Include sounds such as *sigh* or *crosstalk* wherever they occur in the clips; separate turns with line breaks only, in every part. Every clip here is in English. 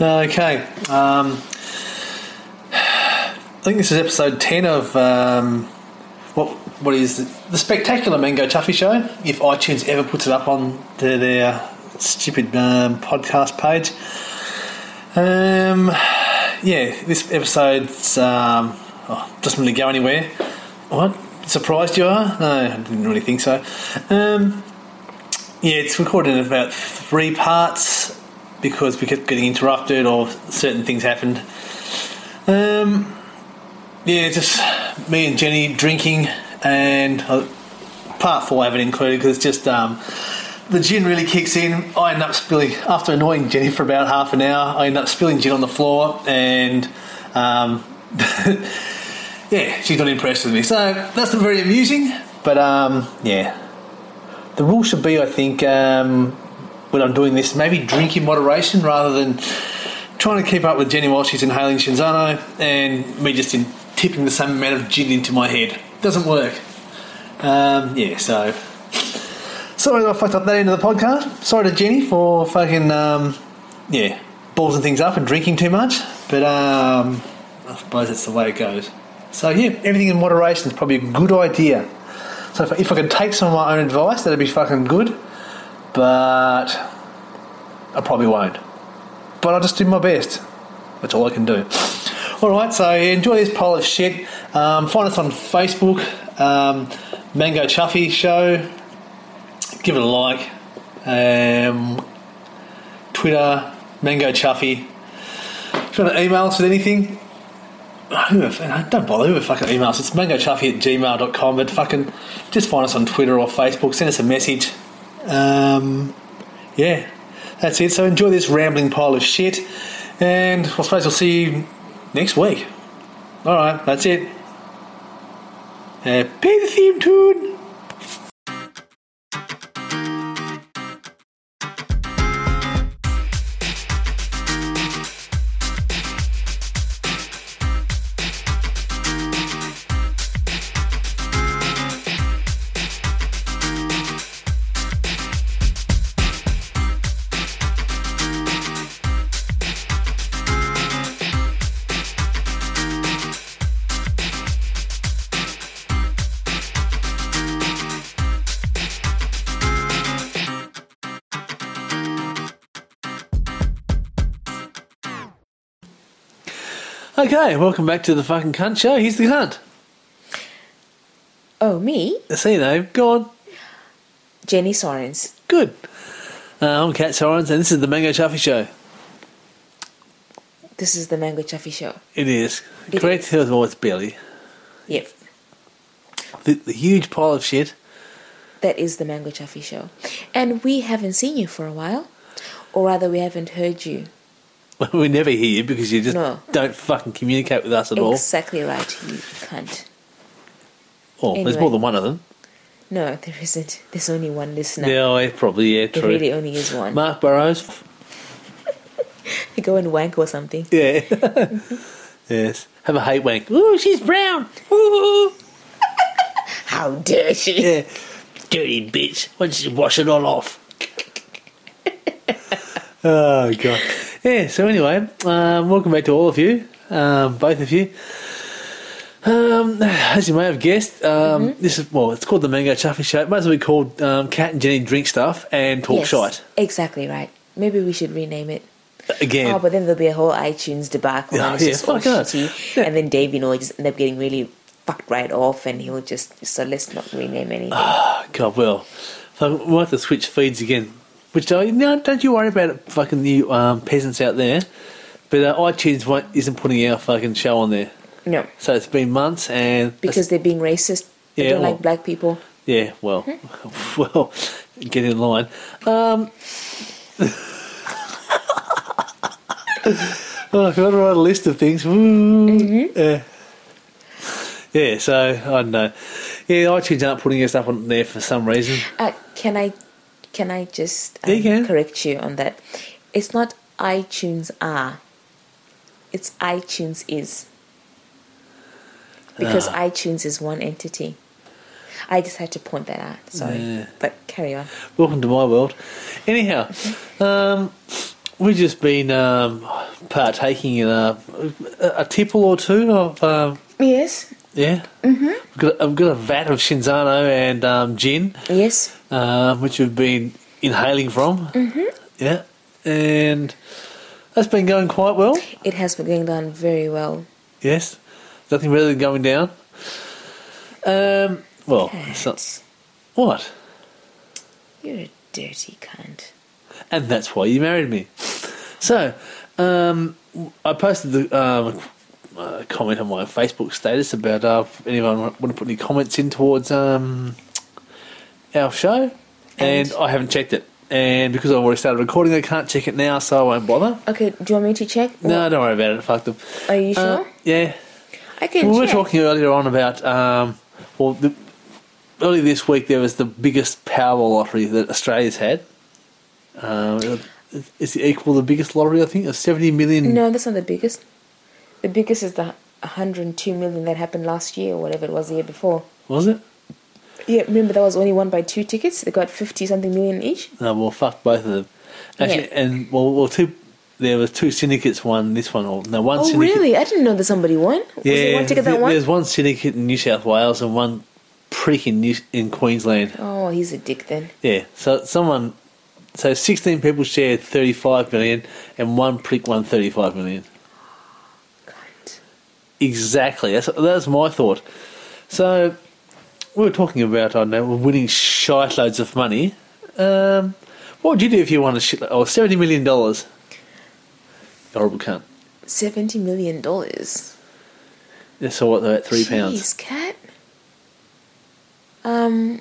Uh, Okay. Um, I think this is episode 10 of um, what what is the, the Spectacular Mango Tuffy Show, if iTunes ever puts it up on their, their stupid um, podcast page. Um, yeah, this episode's um, oh, doesn't really go anywhere. What? Surprised you are? No, I didn't really think so. Um, yeah, it's recorded in about three parts because we kept getting interrupted or certain things happened. Um, yeah, just me and Jenny drinking, and uh, part four I haven't included because it's just um, the gin really kicks in. I end up spilling after annoying Jenny for about half an hour. I end up spilling gin on the floor, and um, *laughs* yeah, she's not impressed with me. So that's not very amusing, but um, yeah, the rule should be, I think, um, when I'm doing this, maybe drink in moderation rather than trying to keep up with Jenny while she's inhaling Shinzano and me just in tipping the same amount of gin into my head. Doesn't work. Um, yeah, so. Sorry I fucked up that end of the podcast. Sorry to Jenny for fucking, um, yeah, balls and things up and drinking too much. But um, I suppose that's the way it goes. So, yeah, everything in moderation is probably a good idea. So if, if I could take some of my own advice, that'd be fucking good. But I probably won't. But I'll just do my best. That's all I can do. All right. So enjoy this pile of shit. Um, find us on Facebook, um, Mango Chuffy Show. Give it a like. Um, Twitter, Mango Chuffy. If you want to email us with anything, who the- don't bother who the fucking emails. It's mangochuffy at gmail.com, but fucking just find us on Twitter or Facebook, send us a message. Um, yeah, that's it. So enjoy this rambling pile of shit, and I suppose we'll see you next week. Alright, that's it. Uh, play the theme tune! Okay, welcome back to the fucking cunt show. Here's the cunt.
Oh, me?
See you now. Go on.
Jenny Sorens.
Good. Uh, I'm Kat Sorens, and this is the Mango Chuffy Show.
This is the Mango Chaffee Show.
It is.
It
Correct. It was always Billy.
Yep.
The, the huge pile of shit. *laughs*
That is the Mango Chaffee Show. And we haven't seen you for a while. Or rather, we haven't heard you.
we never hear you because you just
No.
don't fucking communicate with us at all.
Exactly right, you cunt.
Or Oh, there's
anyway.
more than one of them.
No, there isn't. There's only one listener.
No, yeah, probably yeah,
there
true.
really only is one.
Mark Burrows. *laughs*
Go and wank or something.
Yeah. *laughs* yes. Have a hate wank. Ooh, she's brown. Ooh.
How dare she?
Yeah. Dirty bitch. Why don't you wash it all off? *laughs* oh god. Yeah. So anyway, um, welcome back to all of you, um, both of you. Um, as you may have guessed, um, this is well, it's called the Mango Chuffy Show. It might as well be called um, Cat and Jenny drink stuff and talk
Yes,
shite
Exactly right. Maybe we should rename it.
again.
Oh, but then there'll be a whole iTunes debacle
Yeah,
and it's
yeah,
just all
fuck that.
shitty.
Yeah.
And then Davey will just end up getting really fucked right off and he'll just, so let's not rename anything.
oh, God, well, so we'll have to switch feeds again. Which I no, don't you worry about it, fucking you um, peasants out there. But uh, iTunes won't, isn't putting our fucking show on there.
no,
So it's been months, and
because they're being racist. They
Yeah,
don't
well-
like black people.
yeah, well, *laughs* well, get in line. Um, *laughs* oh, I forgot to write a list of things. Woo. Uh, yeah, so I don't know. Yeah, iTunes aren't putting us up on there for some reason.
Uh, can I, can I just um,
Yeah, you can.
correct you on that? It's not iTunes are. It's iTunes is. Because
Ah.
iTunes is one entity. I just had to point that out. Sorry,
Yeah.
but carry on.
Welcome to my world. Anyhow, um, we've just been um, partaking in a, a, a tipple or two of. Uh,
Yes.
yeah, mm-hmm. I've, got, I've got a vat of Shinzano and um, gin,
Yes.
um, which we've been inhaling from. Mm-hmm. Yeah, and that's been going quite well.
It has been going down very well.
Yes, nothing better than going down. Um, well, it's not,
Cats.
what?
You're a dirty cunt.
And that's why you married me. So, um, I posted the um, uh, comment on my Facebook status about uh, if anyone want to put any comments in towards um, our show, and,
And?
I haven't checked it. And because I've already started recording, I can't check it now, so I won't bother.
Okay, do you want me to check?
No, don't worry about it. Fuck them.
Are you sure?
Uh, yeah.
I can
Well, we were
check.
talking earlier on about um, well, the, earlier this week there was the biggest Powerball lottery that Australia's had. Um, is it equal to the biggest lottery? I think of seventy million.
No, that's not the biggest. The biggest is the 102 million that happened last year or whatever it was the year before.
Was it?
Yeah, remember that was only won by two tickets. They got 50 something million each.
No, well, fuck both of them. Actually,
Yeah.
and well, well, two. There was two syndicates. One, this one, or no, one
Oh,
syndicate.
really? I didn't know that somebody won. Was
Yeah,
there one ticket
th-
that
there's
won?
one syndicate in New South Wales and one prick in New, in Queensland.
Oh, he's a dick then.
Yeah. So someone, so sixteen people shared thirty-five million, and one prick won thirty-five million.
Cunt.
Exactly. That's that's my thought. So we were talking about I don't know winning shite loads of money. Um, what would you do if you won a shit or seventy million dollars? Horrible cunt.
70 million dollars.
That's all what they're at three pounds.
Jeez, cat. Um,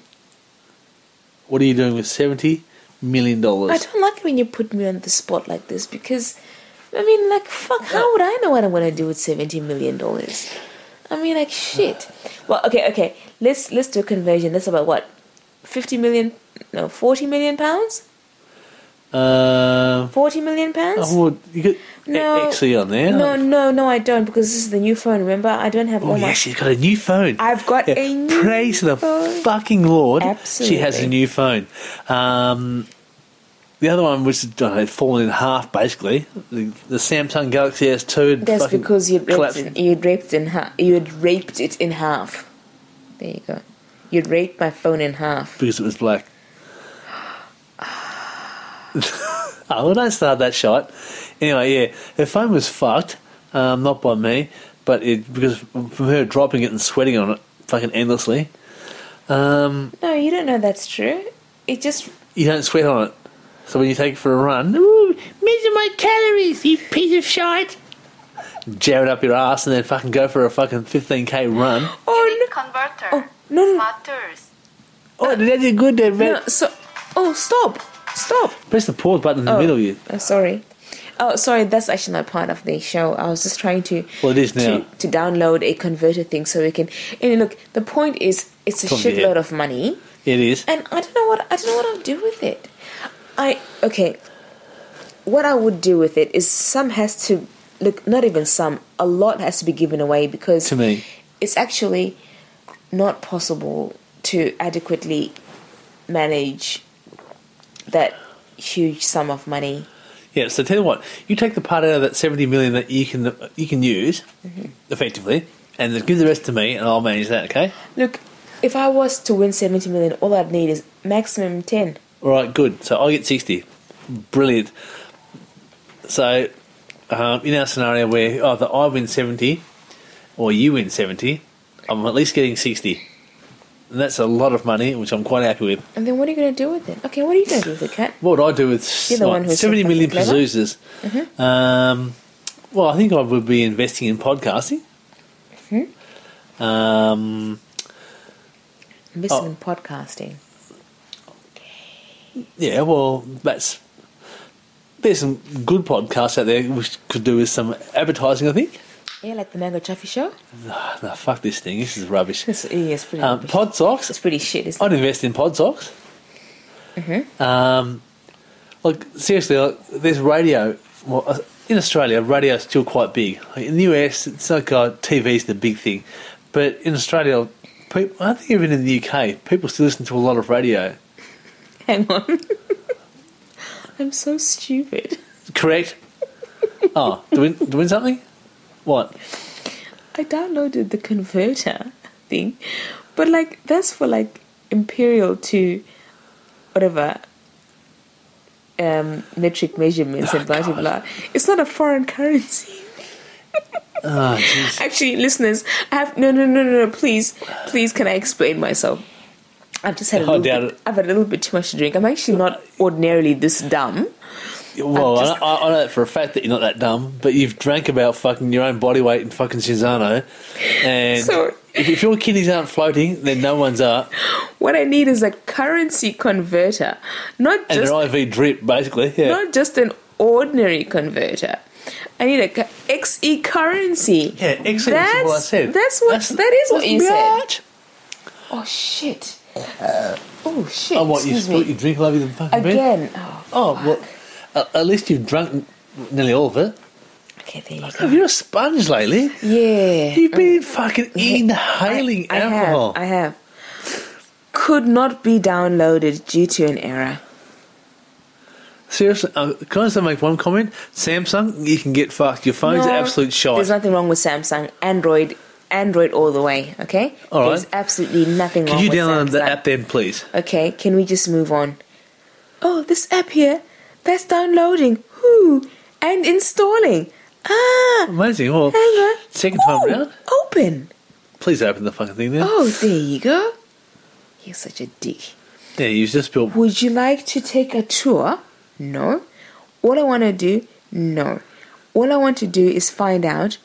What are you doing with seventy million
I
dollars?
don't like it when you put me on the spot like this because, I mean, like, fuck, how would I know what I'm gonna do with seventy million dollars? I mean, like, shit. Well, okay, okay. Let's let's do a conversion. That's about what, fifty million? No, forty million pounds.
Um,
Forty million pounds.
oh, well, you got
No.
XE on there.
No, no, no, I don't because this is the new phone. Remember, I don't have
Oh,
all my.
yeah, she's got a new phone.
I've got
Yeah,
a new
praise the
phone.
fucking Lord. She has a
Absolutely.
new phone. Um, the other one was uh, had fallen in half, basically. The, the Samsung Galaxy S2. had
That's
fucking
because you'd raped,
collapsed.
it, you'd raped in ha- you'd raped it in half. There you go. You'd raped my phone in half.
Because it was black. *laughs* oh, well, don't start that shot. Anyway, yeah, her phone was fucked. Um, not by me, but it because from her dropping it and sweating on it fucking endlessly. Um,
No, you don't know that's true. It just
you don't sweat on it. So when you take it for a run, ooh, measure my calories, you piece of shite. Jam it up your ass and then fucking go for a fucking 15k run.
Oh
Unique converter.
no, no.
Smart tools.
*gasps* Oh, that did good there,
no,
man.
no, so oh stop, stop.
Press the pause button in the
Oh.
middle of you.
Oh, sorry. Oh, sorry. That's actually not part of the show. I was just trying to
Well, it is now.
to, to download a converter thing so we can. And look, the point is, it's a
From the
shitload
head.
of money,
It is.
and I don't know what I don't know what I'll do with it. I okay. What I would do with it is some has to look. Not even some. A lot has to be given away because
To me.
it's actually not possible to adequately manage that huge sum of money.
Yeah, so tell you what, you take the part out of that 70 million that you can you can use effectively and then give the rest to me and I'll manage that, okay?
Look, if I was to win 70 million, all I'd need is maximum 10.
All right, good. So I get 60. Brilliant. So um, in our scenario where either I win 70 or you win 70, I'm at least getting 60. And that's a lot of money, which I'm quite happy with.
And then what are you going to do with it? Okay, what are you going to do with it, Kat?
What would I do with
You're the one
like,
who's
70
so
million
fucking clever. Mm-hmm.
Pazuzas? Um, well, I think I would be investing in podcasting.
Mm-hmm.
Um,
Investing
Oh.
in podcasting.
Yeah, well, that's there's some good podcasts out there which could do with some advertising. I think.
Yeah, like the Mango Chaffee Show?
Ah, no, fuck this thing. This is rubbish.
It's, yeah, it's pretty
Um,
rubbish.
pod
It's
socks.
pretty shit, isn't it?
I'd invest in pod socks. Mm-hmm. Um, look seriously, like, there's radio. Well, uh, in Australia, radio's still quite big. Like, in the US, it's like uh, TV's the big thing, but in Australia, people, I think even in the UK, people still listen to a lot of radio.
*laughs* Hang on. I'm so stupid.
Correct. oh, do we do we win something? What?
I downloaded the converter thing, but like that's for like imperial to whatever um, metric measurements and blah blah blah. It's not a
*laughs*
foreign currency.
Oh, jeez.
Actually, listeners, I have no, no, no, no, no. Please, please, can I explain myself? I've just had a
I
little
doubt
bit,
it.
I've had a little bit too much to drink. I'm actually not ordinarily this dumb.
Well,
I'm just-
I, I, I know that for a fact that you're not that dumb, but you've drank about fucking your own body weight in fucking Shinzano. And
So-
if, if your kidneys aren't floating, then no one's are.
What I need is a currency converter, not
And
just
an IV drip, basically. Yeah.
not just an ordinary converter. I need a cu- XE currency.
yeah, excellent. That's, what I said.
That's what that is what
that's
you said.
right.
Oh shit. oh shit.
Oh, what, Uh, you
Excuse
spilt
me.
your drink all over the fucking bed?
Again. Oh,
Oh,
fuck.
well, at, at least you've drunk nearly all of it.
Okay, there you go.
Oh, you're a sponge lately.
Yeah.
You've been fucking inhaling
I
alcohol.
Have, I have. Could not be downloaded due to an error.
Seriously, uh, can I just make one comment? Samsung, you can get fucked. Your phone's
No,
absolute shite.
There's nothing wrong with Samsung. Android, Android all the way. Okay.
All right.
There's absolutely nothing
Could
wrong
you
with
download the
Samsung.
app then, please?
Okay, can we just move on? Oh, this app here, that's downloading, whoo, and installing. Ah,
Amazing. Well,
hang on.
second
Ooh,
time round,
Open.
please open the fucking thing then.
Oh, there you go. You're such a dick.
Yeah, you just built.
Would you like to take a tour? No. What I want to do? No. All I want to do is find out.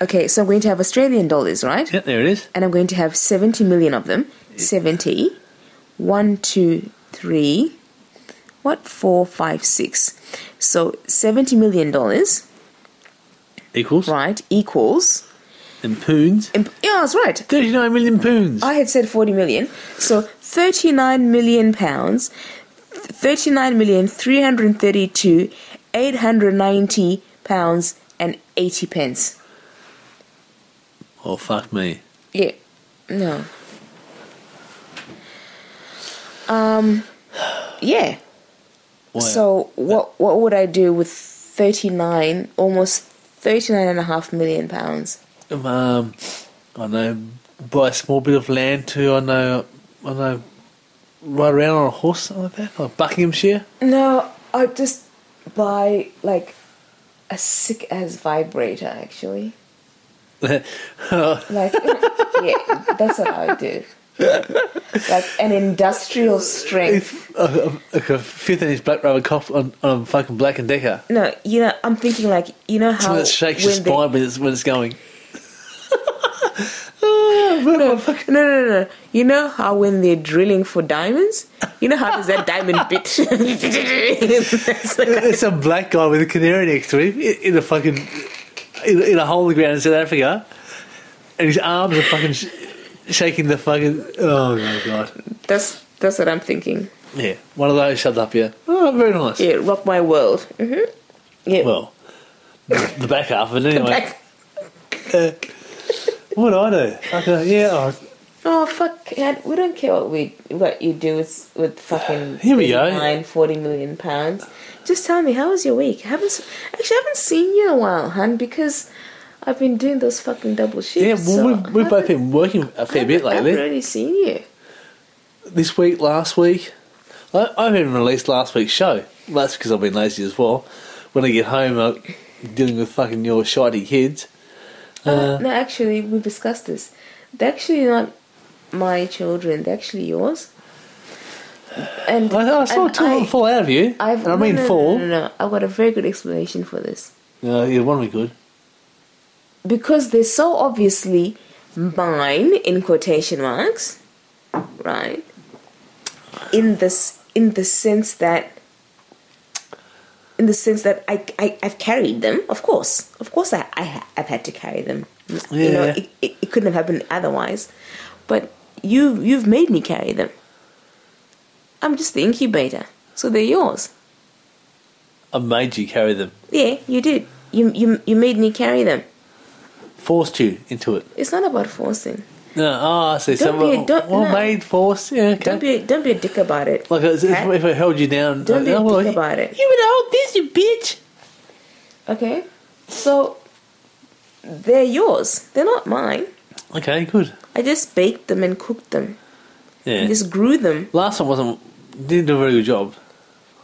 Okay, so I'm going to have Australian dollars, right?
Yeah, there it is.
and I'm going to have 70 million of them. 70. 1, 2, 3, what? 4, 5, 6. So $70 million, dollars,
Equals.
right, equals.
And poons.
imp- Yeah, that's right.
39 million poons.
I had said 40 million. So 39 million pounds, 39 million 332, 890 pounds and 80 pence.
oh, fuck me.
Yeah. No. Um. Um, Yeah.
Wow.
So what what would I do with 39 almost 39 and a half million pounds?
Um, I know, buy a small bit of land to, I know, I know, ride around on a horse, something like that, like Buckinghamshire. *laughs*
No, I'd just buy like a sick ass vibrator actually.
Oh,
*laughs* Like yeah, that's what I would do. Like an industrial strength.
like a 15 inch black rubber cop on, on a fucking black and decker.
No, you know, I'm thinking like you know
Something
how
that shakes your
when they-
spine when it's, when it's going. Ah, where my fuck-
No, no, no, no. You know how when they're drilling for diamonds, you know how does that diamond bit? *laughs* That's like-
There's some black guy with a canary next to him in, in a fucking in, in a hole in the ground in South Africa, and his arms are fucking sh- shaking the fucking. Oh my god!
that's that's what I'm thinking.
Yeah, one of those shoved up. Yeah, oh, very nice.
Yeah, rock my world. hmm Yeah.
Well, the the back half, but anyway,
Like,
uh, what do I do? Fucking, yeah, oh,
oh fuck! man, We don't care what we what you do with with fucking
*sighs* Here we go.
39, 40 million pounds. Just tell me how was your week? I haven't s- actually I haven't seen you in a while, hun, because I've been doing those fucking double shifts.
yeah. Well,
so
we've, we've
I
both
haven't-
been working a fair bit
I haven't
lately.
really seen you.
this week, last week. I, I haven't even released last week's show. Well, that's because I've been lazy as well. When I get home, I'm dealing with fucking your shitey kids.
Uh, no, actually, we discussed this. They're actually not my children. They're actually yours. And
*sighs* I, I saw
and
two of them fall out of you.
I've,
and I
no,
mean
no, no,
fall.
No, no, no. I've got a very good explanation for this
No, yeah, one would be good.
because they're so obviously mine in quotation marks, right? In this, in the sense that, in the sense that I, I I've carried them. Of course, of course, I, I ha- I've had to carry them. You know,
Yeah.
it, it, it couldn't have happened otherwise. But you you've made me carry them. I'm just the incubator, so they're yours.
I made you carry them,
Yeah, you did. You you you made me carry them.
forced you into it.
It's not about forcing.
No, oh, I see.
Don't be
so,
a-
well,
don't-
well,
no.
made, forced. Yeah, okay.
Don't be don't be a dick about it.
like it's- it's-
Pat.
if I held you down,
Don't
like,
be a
oh, well,
dick about it.
You would hold this, you bitch.
Okay, so they're yours. They're not mine.
Okay, good.
I just baked them and cooked them. I
Yeah.
just grew them.
Last one wasn't didn't do a very good job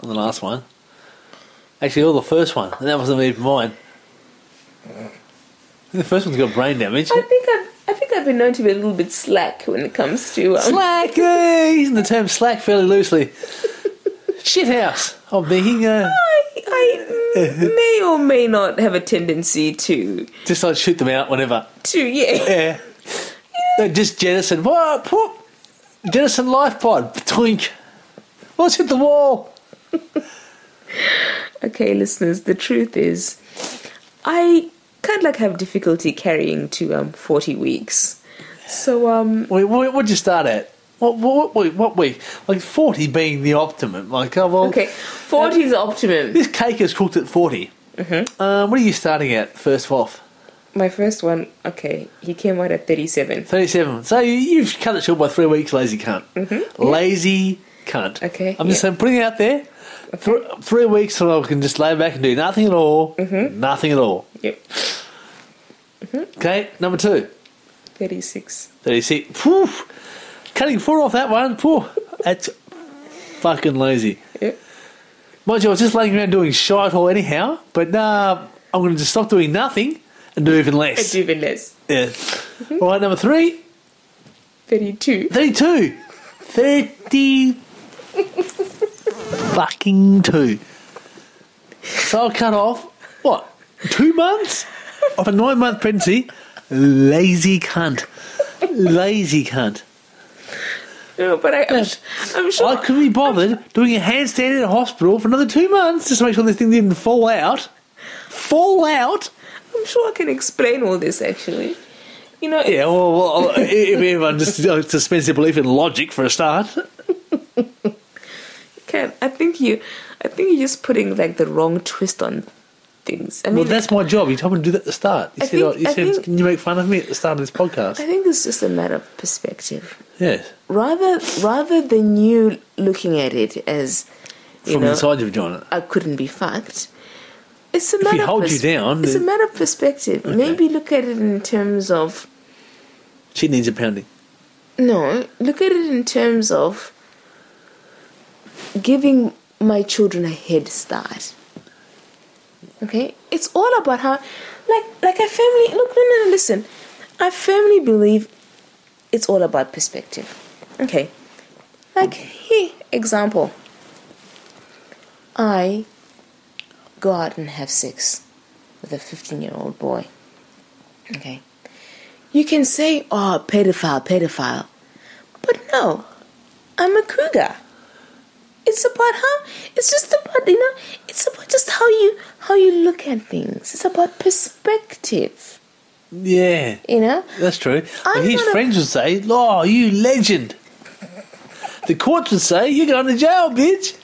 on the last one. Actually, all the first one, and that wasn't even mine. The first one's got brain damage.
I think I've I think I've been known to be a little bit slack when it comes to um,
Slack, eh, using the term slack fairly loosely. Shithouse. I'm thinking, uh,
I,
*laughs*
I m- may or may not have a tendency to
just like shoot them out whenever.
to yeah.
Yeah. They just jettison. Whoop, whoop. Jettison life pod. Twink. Let's hit the wall.
Okay, listeners, the truth is, I kind of like have difficulty carrying to um forty weeks. So um
Wait, what, what'd you start at? What, what, what, what week? Like 40 being the optimum. Like, oh, well,
okay, forty is optimum.
this cake is cooked at 40. Mm-hmm. Um, what are you starting at first off?
My first one, okay, he came out at thirty-seven.
37. So you- you've cut it short by three weeks, lazy cunt. Mm-hmm. Lazy cunt.
Okay,
I'm just
yeah.
saying, putting it out there. Three, three weeks so I can just lay back and do nothing at all. Nothing at all.
Yep,
Okay, number two.
thirty-six.
36. Phew. Cutting four off that one. Phew. That's fucking lazy.
Yep.
Mind you, I was just laying around doing shite all anyhow, but nah, I'm going to just stop doing nothing and do even
I
less.
do even less.
Yeah. All right, number three.
Thirty-two.
32. 30 fucking two. So I cut off, what, two months of a nine month pregnancy? Lazy cunt. Lazy cunt.
No, but I, I'm,
Yeah.
sh- I'm sure.
I couldn't be bothered doing a handstand in a hospital for another two months just to make sure this thing didn't fall out. Fall out?
I'm sure I can explain all this actually. You know,
Yeah, well, well i- if everyone just uh, suspends their belief in logic for a start.
can I think you, I think you're just putting like the wrong twist on things. I mean,
Well, that's my job. You told me to do that at the start. You
I
said,
think-
oh, you
I
said
think-
can you make fun of me at the start of this podcast?
I think it's just a matter of perspective.
Yes.
Rather, rather than you looking at it as, you
From
know,
inside your vagina.
I couldn't be fucked. It's a
he
matter of
holds you down,
It's a
then-
matter of perspective. Maybe look at it in terms of
She needs a pounding.
No, look at it in terms of giving my children a head start. Okay? It's all about how like like I firmly look no no no listen. I firmly believe it's all about perspective. Okay. Like here example. I go out and have sex with a fifteen year old boy. Okay. You can say, oh, pedophile, pedophile. But no, I'm a cougar. It's about how, it's just about, you know, it's about just how you, how you look at things. It's about perspective,
Yeah,
you know?
that's true.
I'm
But his
not a-
friends would say, oh, you legend. the courts would say, you're going to jail, bitch.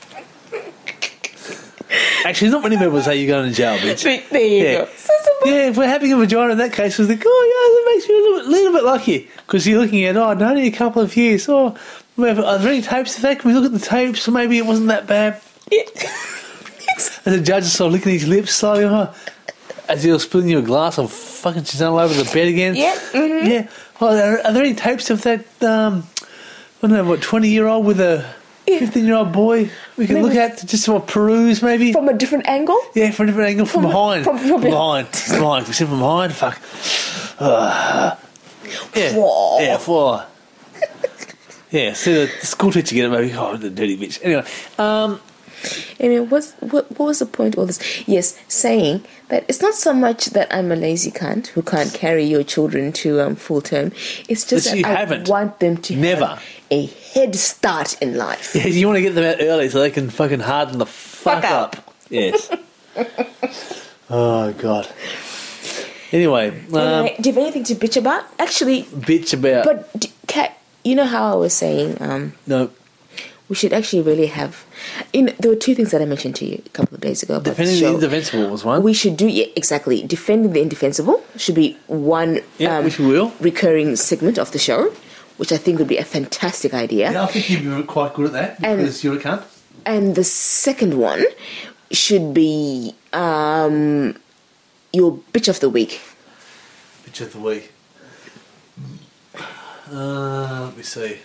Actually, not many people would say you're going to jail, bitch.
There there you
Yeah.
go. So it's about,
Yeah, if we're having a vagina in that case, was like, oh yeah, that makes me a little, bit- little bit lucky because you're looking at, oh, no, only a couple of years. Oh, we have- are there any tapes of that? Can we look at the tapes? Maybe it wasn't that bad.
*laughs*
And the judge is sort of licking his lips slowly, huh? As he was spilling you a glass of fucking she's all over the bed again.
Yeah, mhm.
Yeah. Well, are, are there any tapes of that? Um, I don't know what twenty year old with a
Yeah.
fifteen year old boy we can
Maybe-
look at to just sort of peruse maybe.
from a different angle.
Yeah, from a different angle, from,
From-
behind.
from-
From,
from-
behind. From behind. We said from behind. Fuck. *sighs* Ugh. yeah.
Whoa.
Yeah, four. *laughs* yeah, see the the school teacher get it, maybe. Oh, the dirty bitch. Anyway, um,
And it was what, what was the point of all this? Yes, saying that it's not so much that I'm a lazy cunt who can't carry your children to um, full term. It's just
That
that
you
I
haven't.
want them to have
Never.
a head start in
*laughs*
life.
yeah, you want to get them out early so they can fucking harden the fuck,
Fuck
up.
up. *laughs*
Yes. oh, God. Anyway, um,
Anyway, do you have anything to bitch about? Actually,
bitch about.
but d- ca you know how I was saying um,
no,
we should actually really have. You know, there were two things that I mentioned to you a couple of days ago. About
defending
the show.
the indefensible was one.
We should do yeah, exactly. Defending the indefensible should be one um,
Yeah, which we will.
recurring segment of the show, which I think would be a fantastic idea.
I think you'd be quite good at that
And- because
you're a cunt.
And the second one should be um, your bitch of the week?
Bitch of the week. Uh, let me see.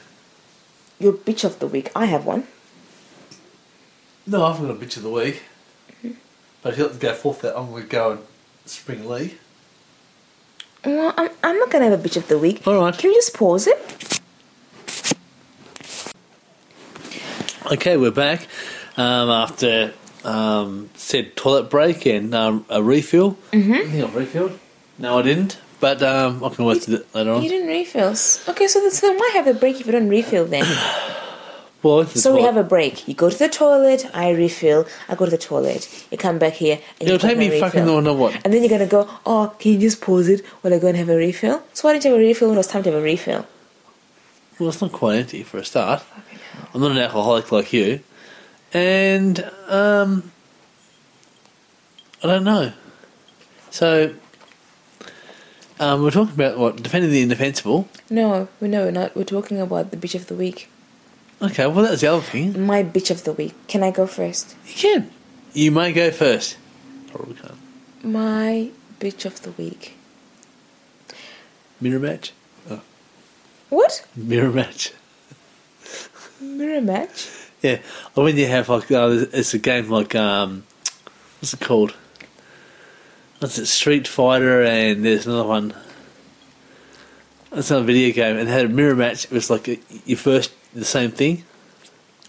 Your bitch of the week. I have one.
No, I haven't got a bitch of the week. But if you let me go forth that, I'm going to go and spring Lee.
Well, I'm, I'm not gonna have a bitch of the week.
All right.
Can we just pause it?
Okay, we're back um, after um, said toilet break and um, a refill. Mm-hmm. I think I refilled. No, I didn't. But um, I can always do that later
You
on.
didn't refill. Okay, so that's, then why have a break if you don't refill then?
Well, it's the
so we
toilet.
have a break. You go to the toilet. I refill. I go to the toilet. You come back here. And
It'll
you
take
put my
me fucking
refill.
no, no what.
And then you're gonna go. Oh, can you just pause it while I go and have a refill? So why didn't you have a refill when it was time to have a refill?
Well, it's not quite empty for a start. I'm not an alcoholic like you, and um, I don't know. So um, we're talking about what defending the indefensible.
No, we no, we're not. We're talking about the bitch of the week.
Okay, well that's the other thing.
My bitch of the week. Can I go first?
You can. You may go first. Probably can't.
My bitch of the week.
Mirror match.
What?
Mirror match.
Mirror match?
Yeah. Or when you have like uh, it's a game like um, what's it called? What's it? Street Fighter and there's another one. It's not a video game and they had a mirror match. It was like a, your first the same thing.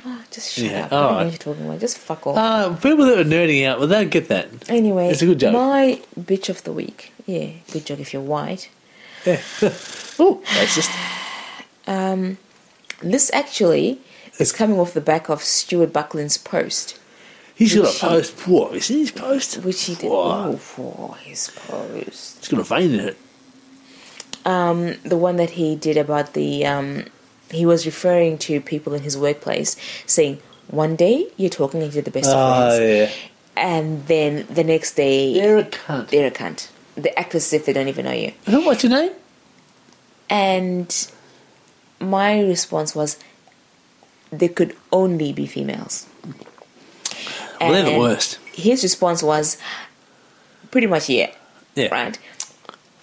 Oh, just shut
Yeah,
up. I don't know
alright.
what you're talking about. Just fuck off.
Uh, people that were nerding out, well, they'll get that.
anyway,
it's a good joke.
My bitch of the week. Yeah, good joke if you're white.
Oh, that's just
Um, this actually is coming off the back of Stuart Buckland's post,
he's got a
Which-
post. What is his post?
which he did
Wow.
oh, for his post.
It's got a vein in it.
Um, the one that he did about the um, he was referring to people in his workplace saying, "One day you're talking and you're the best of friends,
yeah,
and then the next day
they're a cunt.
they're a cunt. They act as if they don't even know you."
Who? What's your name?
And my response was, they could only be females.
Well, they're the
And
worst.
His response was, pretty much, yeah,
Yeah,
right?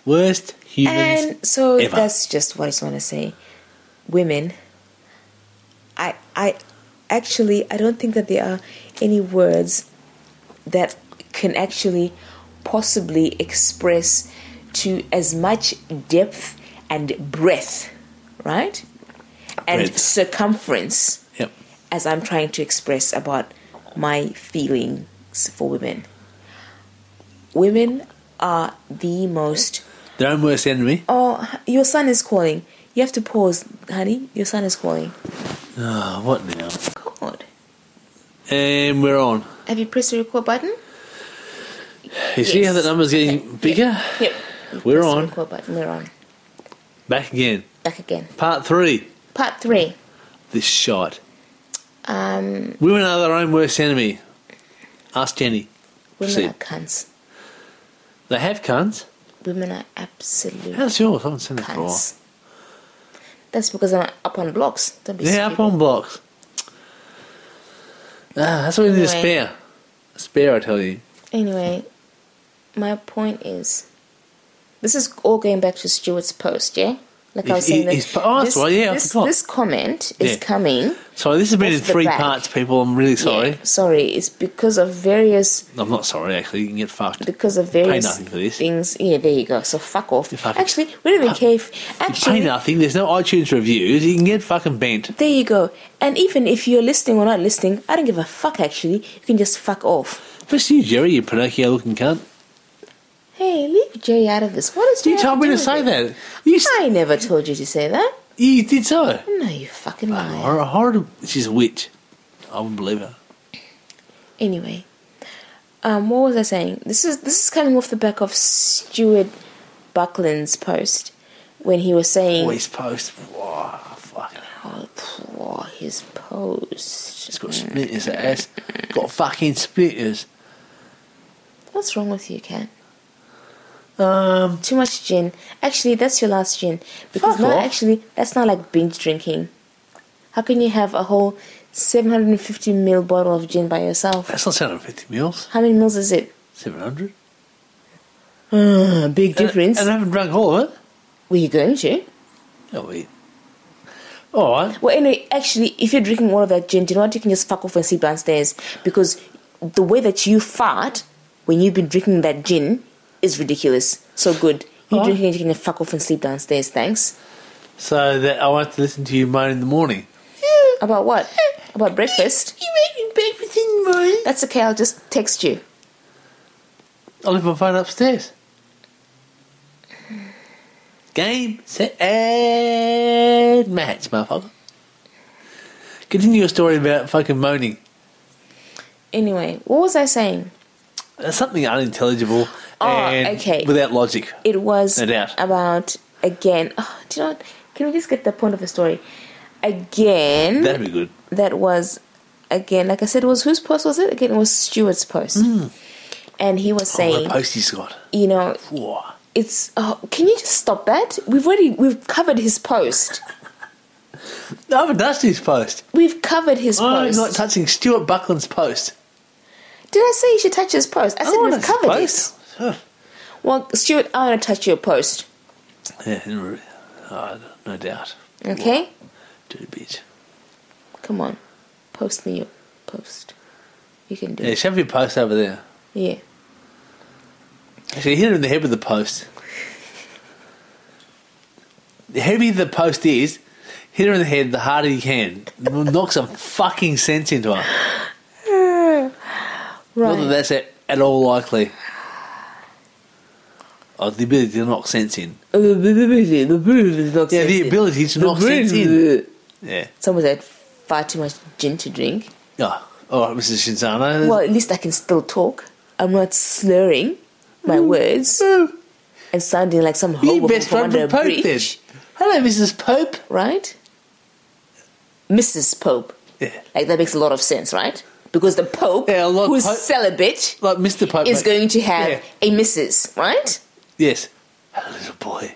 worst humans.
And so
ever.
that's just what I just want to say. Women, I, I actually, I don't think that there are any words that can actually possibly express to as much depth and breadth, right? And
Breadth.
circumference
Yep.
as I'm trying to express about my feelings for women. Women are the most
Their own worst enemy.
Oh, your son is calling. You have to pause, honey. Your son is calling.
Ah, what now?
God.
And we're on.
Have you pressed the record button?
You see how
Yes.
the number's getting bigger?
Yep.
We're
Press the
on.
record button. We're on.
Back again.
Back again.
Part three.
Part three.
This shot.
Um,
Women are their own worst enemy. Ask Jenny.
women
See.
are cunts.
They have cunts.
Women are absolute
How's yours? I haven't seen that for a while.
cunts. That's because I'm up on blocks. Don't be
They're
stupid.
up on blocks. Ah, that's what we need a
Anyway.
spare. A spare, I tell you.
Anyway, my point is, this is all going back to Stuart's post, yeah. Like I was
He-
saying,
he-
that
his po- oh, that's
this,
why, yeah, I
this,
forgot.
this comment is
Yeah.
coming.
Sorry, this has been
Off
in
the
three
back.
parts, people. I'm really sorry.
Yeah, sorry, it's because of various
I'm not sorry, actually. You can get fucked.
because of various
nothing for this.
things. Yeah, there you go. So fuck off.
You fucking-
Actually, we don't even care. If,
Pay
actually,
nothing. There's no iTunes reviews. You can get fucking bent.
there you go. And even if you're listening or not listening, I don't give a fuck. Actually, you can just fuck off.
Especially you, Jerry, you Pinocchio looking cunt.
Hey, leave Jerry out of this. What is
You
Jerry
told me
doing?
to say that. You, s-
I never told you to say that.
you did so.
No, you fucking liar.
Hor- horrible. She's a witch. I wouldn't believe her.
Anyway, um, what was I saying? This is this is coming off the back of Stuart Buckland's post when he was saying.
Voice post. Wow, fucking hell.
Oh, poor his post.
She's got splinters, that ass. Got fucking splinters.
What's wrong with you, Kat?
Um,
Too much gin. Actually, that's your last gin. Because
Fuck
now,
off.
actually, that's not like binge drinking. How can you have a whole 750 ml bottle of gin by yourself?
that's not 750 mils.
How many mils is it?
700?
Uh, *sighs* big difference.
And I haven't drunk all of it.
Were you going to?
Oh, we. All right.
Well, anyway, actually, if you're drinking all of that gin, do you know what? You can just fuck off and sleep downstairs because the way that you fart when you've been drinking that gin is ridiculous. So good. You
Oh.
drinking it, you can fuck off and sleep downstairs. Thanks.
So that I won't have to listen to you moan in the morning.
About what? About breakfast?
You make me breakfast in the morning.
That's okay. I'll just text you.
I'll leave my phone upstairs. Game, set, and match, motherfucker. Continue your story about fucking moaning.
Anyway, what was I saying?
That's something unintelligible
Oh,
and
okay.
without logic.
It was
No doubt.
about again. *sighs* Oh, do you know? What? Can we just get the point of the story? Again,
That'd be good.
that was again. Like I said, it was whose post was it? Again, it was Stuart's post, and he was
Hmm. Oh,
saying,
the post he's got.
you know,
Whoa.
it's. Oh, can you just stop that? We've already we've covered his post.
I haven't touched his post.
We've covered his
I'm
post.
not touching Stuart Buckland's post.
Did I say you should touch his post? I said
want
we've
his
covered
post. Huh.
it. Well, Stuart, I want to touch your post.
Yeah, no- oh, no doubt.
Okay,
Dude, bitch.
come on, post me your post. You can do
Yeah,
it.
shove your post over there.
Yeah.
Actually, hit him in the head with the post. The heavier the post is, hit her in the head the harder you can. It'll Knock some fucking sense into her. Not that
Right.
that's at, at all likely. Oh, the ability to knock sense in.
Oh, The booze is not
Yeah, the
sensitive.
ability to
The
knock sense in.
booze-
Yeah.
Someone said far too much gin to drink.
Oh, all right, Mrs. Shinzano.
Well, at least I can still talk. I'm not slurring my words
Oh,
and sounding like some
you
hobo
best
from
friend
under a
from Pope then.
bridge,
Hello, Mrs. Pope.
right? Mrs. Pope.
Yeah.
Like that makes a lot of sense, right? Because the Pope,
Yeah, a lot of
who's
Pope-
celibate,
Like Mr. Pope.
is
mate.
going to have
Yeah.
a Mrs. Right?
Yes. Hello, little boy.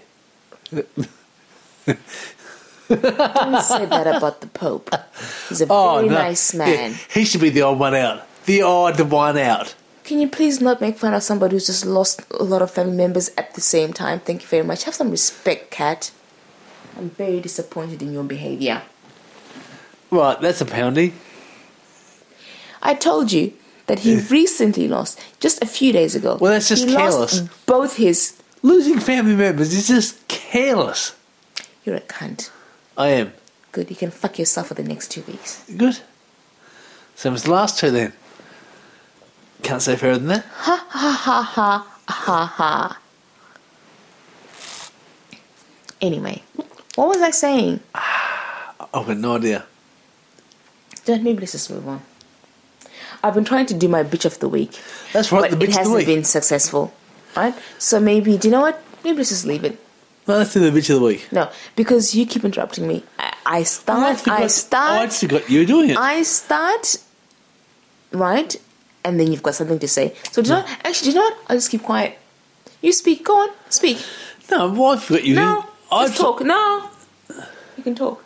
Don't say that about the Pope. He's a
*laughs* Oh,
very
no.
nice man.
Yeah, he should be the odd one out. The odd one out.
Can you please not make fun of somebody who's just lost a lot of family members at the same time? Thank you very much. Have some respect, cat. I'm very disappointed in your behavior.
Right, that's a poundie.
I told you that he recently lost, just a few days ago.
Well, that's just
he
careless.
Lost both his.
Losing family members is just careless.
You're a cunt.
I am.
Good, you can fuck yourself for the next two weeks. *laughs*
Good. So it's the last two then. Can't say fairer than that.
Ha ha ha ha ha ha. Anyway, what was I saying?
I've got no idea.
Don't maybe let's just move on. I've been trying to do my bitch of the week.
That's right,
but
the bitch
it
of the
hasn't
week.
been successful, right? So maybe do you know what? Maybe let's just leave it.
No, that's the bitch of the week.
No, because you keep interrupting me. I, I
I
start.
forgot,
I
I
start.
forgot you were doing it.
I start. Right, and then you've got something to say. So do you know? What? Actually, do you know what? I'll just keep quiet. You speak. Go on. Speak.
no, well, I forgot you.
No.
I
Just talk. No. You can talk.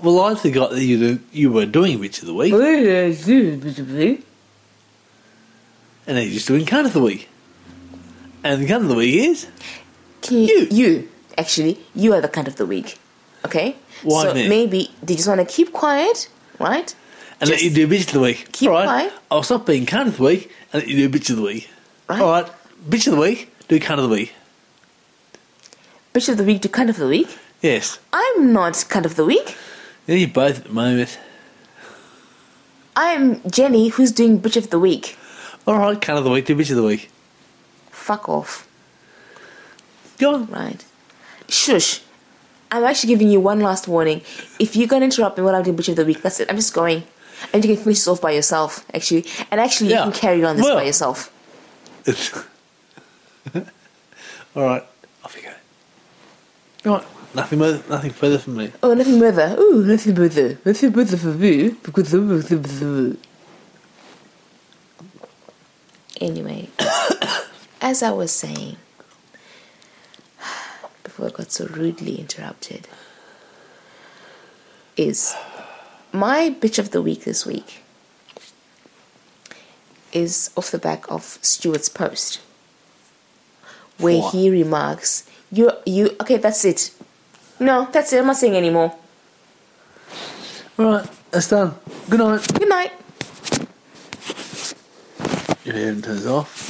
Well, I forgot that you do, you were doing bitch of the week,
Cunt
and then you're just doing cunt of the week. And the cunt of the week is
Can you,
You.
you, actually, you are the cunt of the week. Okay?
Why
so
me?
maybe they just want to keep quiet, right?
and let
Just
you do bitch of the week.
keep
All right,
quiet.
I'll stop being cunt of the week and let you do bitch of the week.
Right.
All right, bitch of the week, do cunt of the week.
Bitch of the week to cunt of the week.
Yes,
I'm not cunt of the week.
yeah, you both at the moment.
I'm Jenny who's doing bitch of the week.
All right, cunt of the week, do bitch of the week.
Fuck off,
Go on. *laughs*
right? Shush. I'm actually giving you one last warning. If you're going to interrupt me while I'm doing bitch of the week, that's it. I'm just going. And you can finish this off by yourself, actually. And actually,
Yeah.
you can carry on this
Well.
by yourself.
All right, off you go. All right, nothing, more, nothing further from me.
Oh, nothing further. Ooh, nothing further. Nothing further for me. Because the- the- the- Anyway, *coughs* as I was saying, *sighs* before I got so rudely interrupted, is my bitch of the week this week is off the back of Stuart's post. where
What?
he remarks, "You, you, okay, that's it. No, that's it. I'm not saying anymore.
All right, that's done. Good night.
Good night."
Your hand turns off.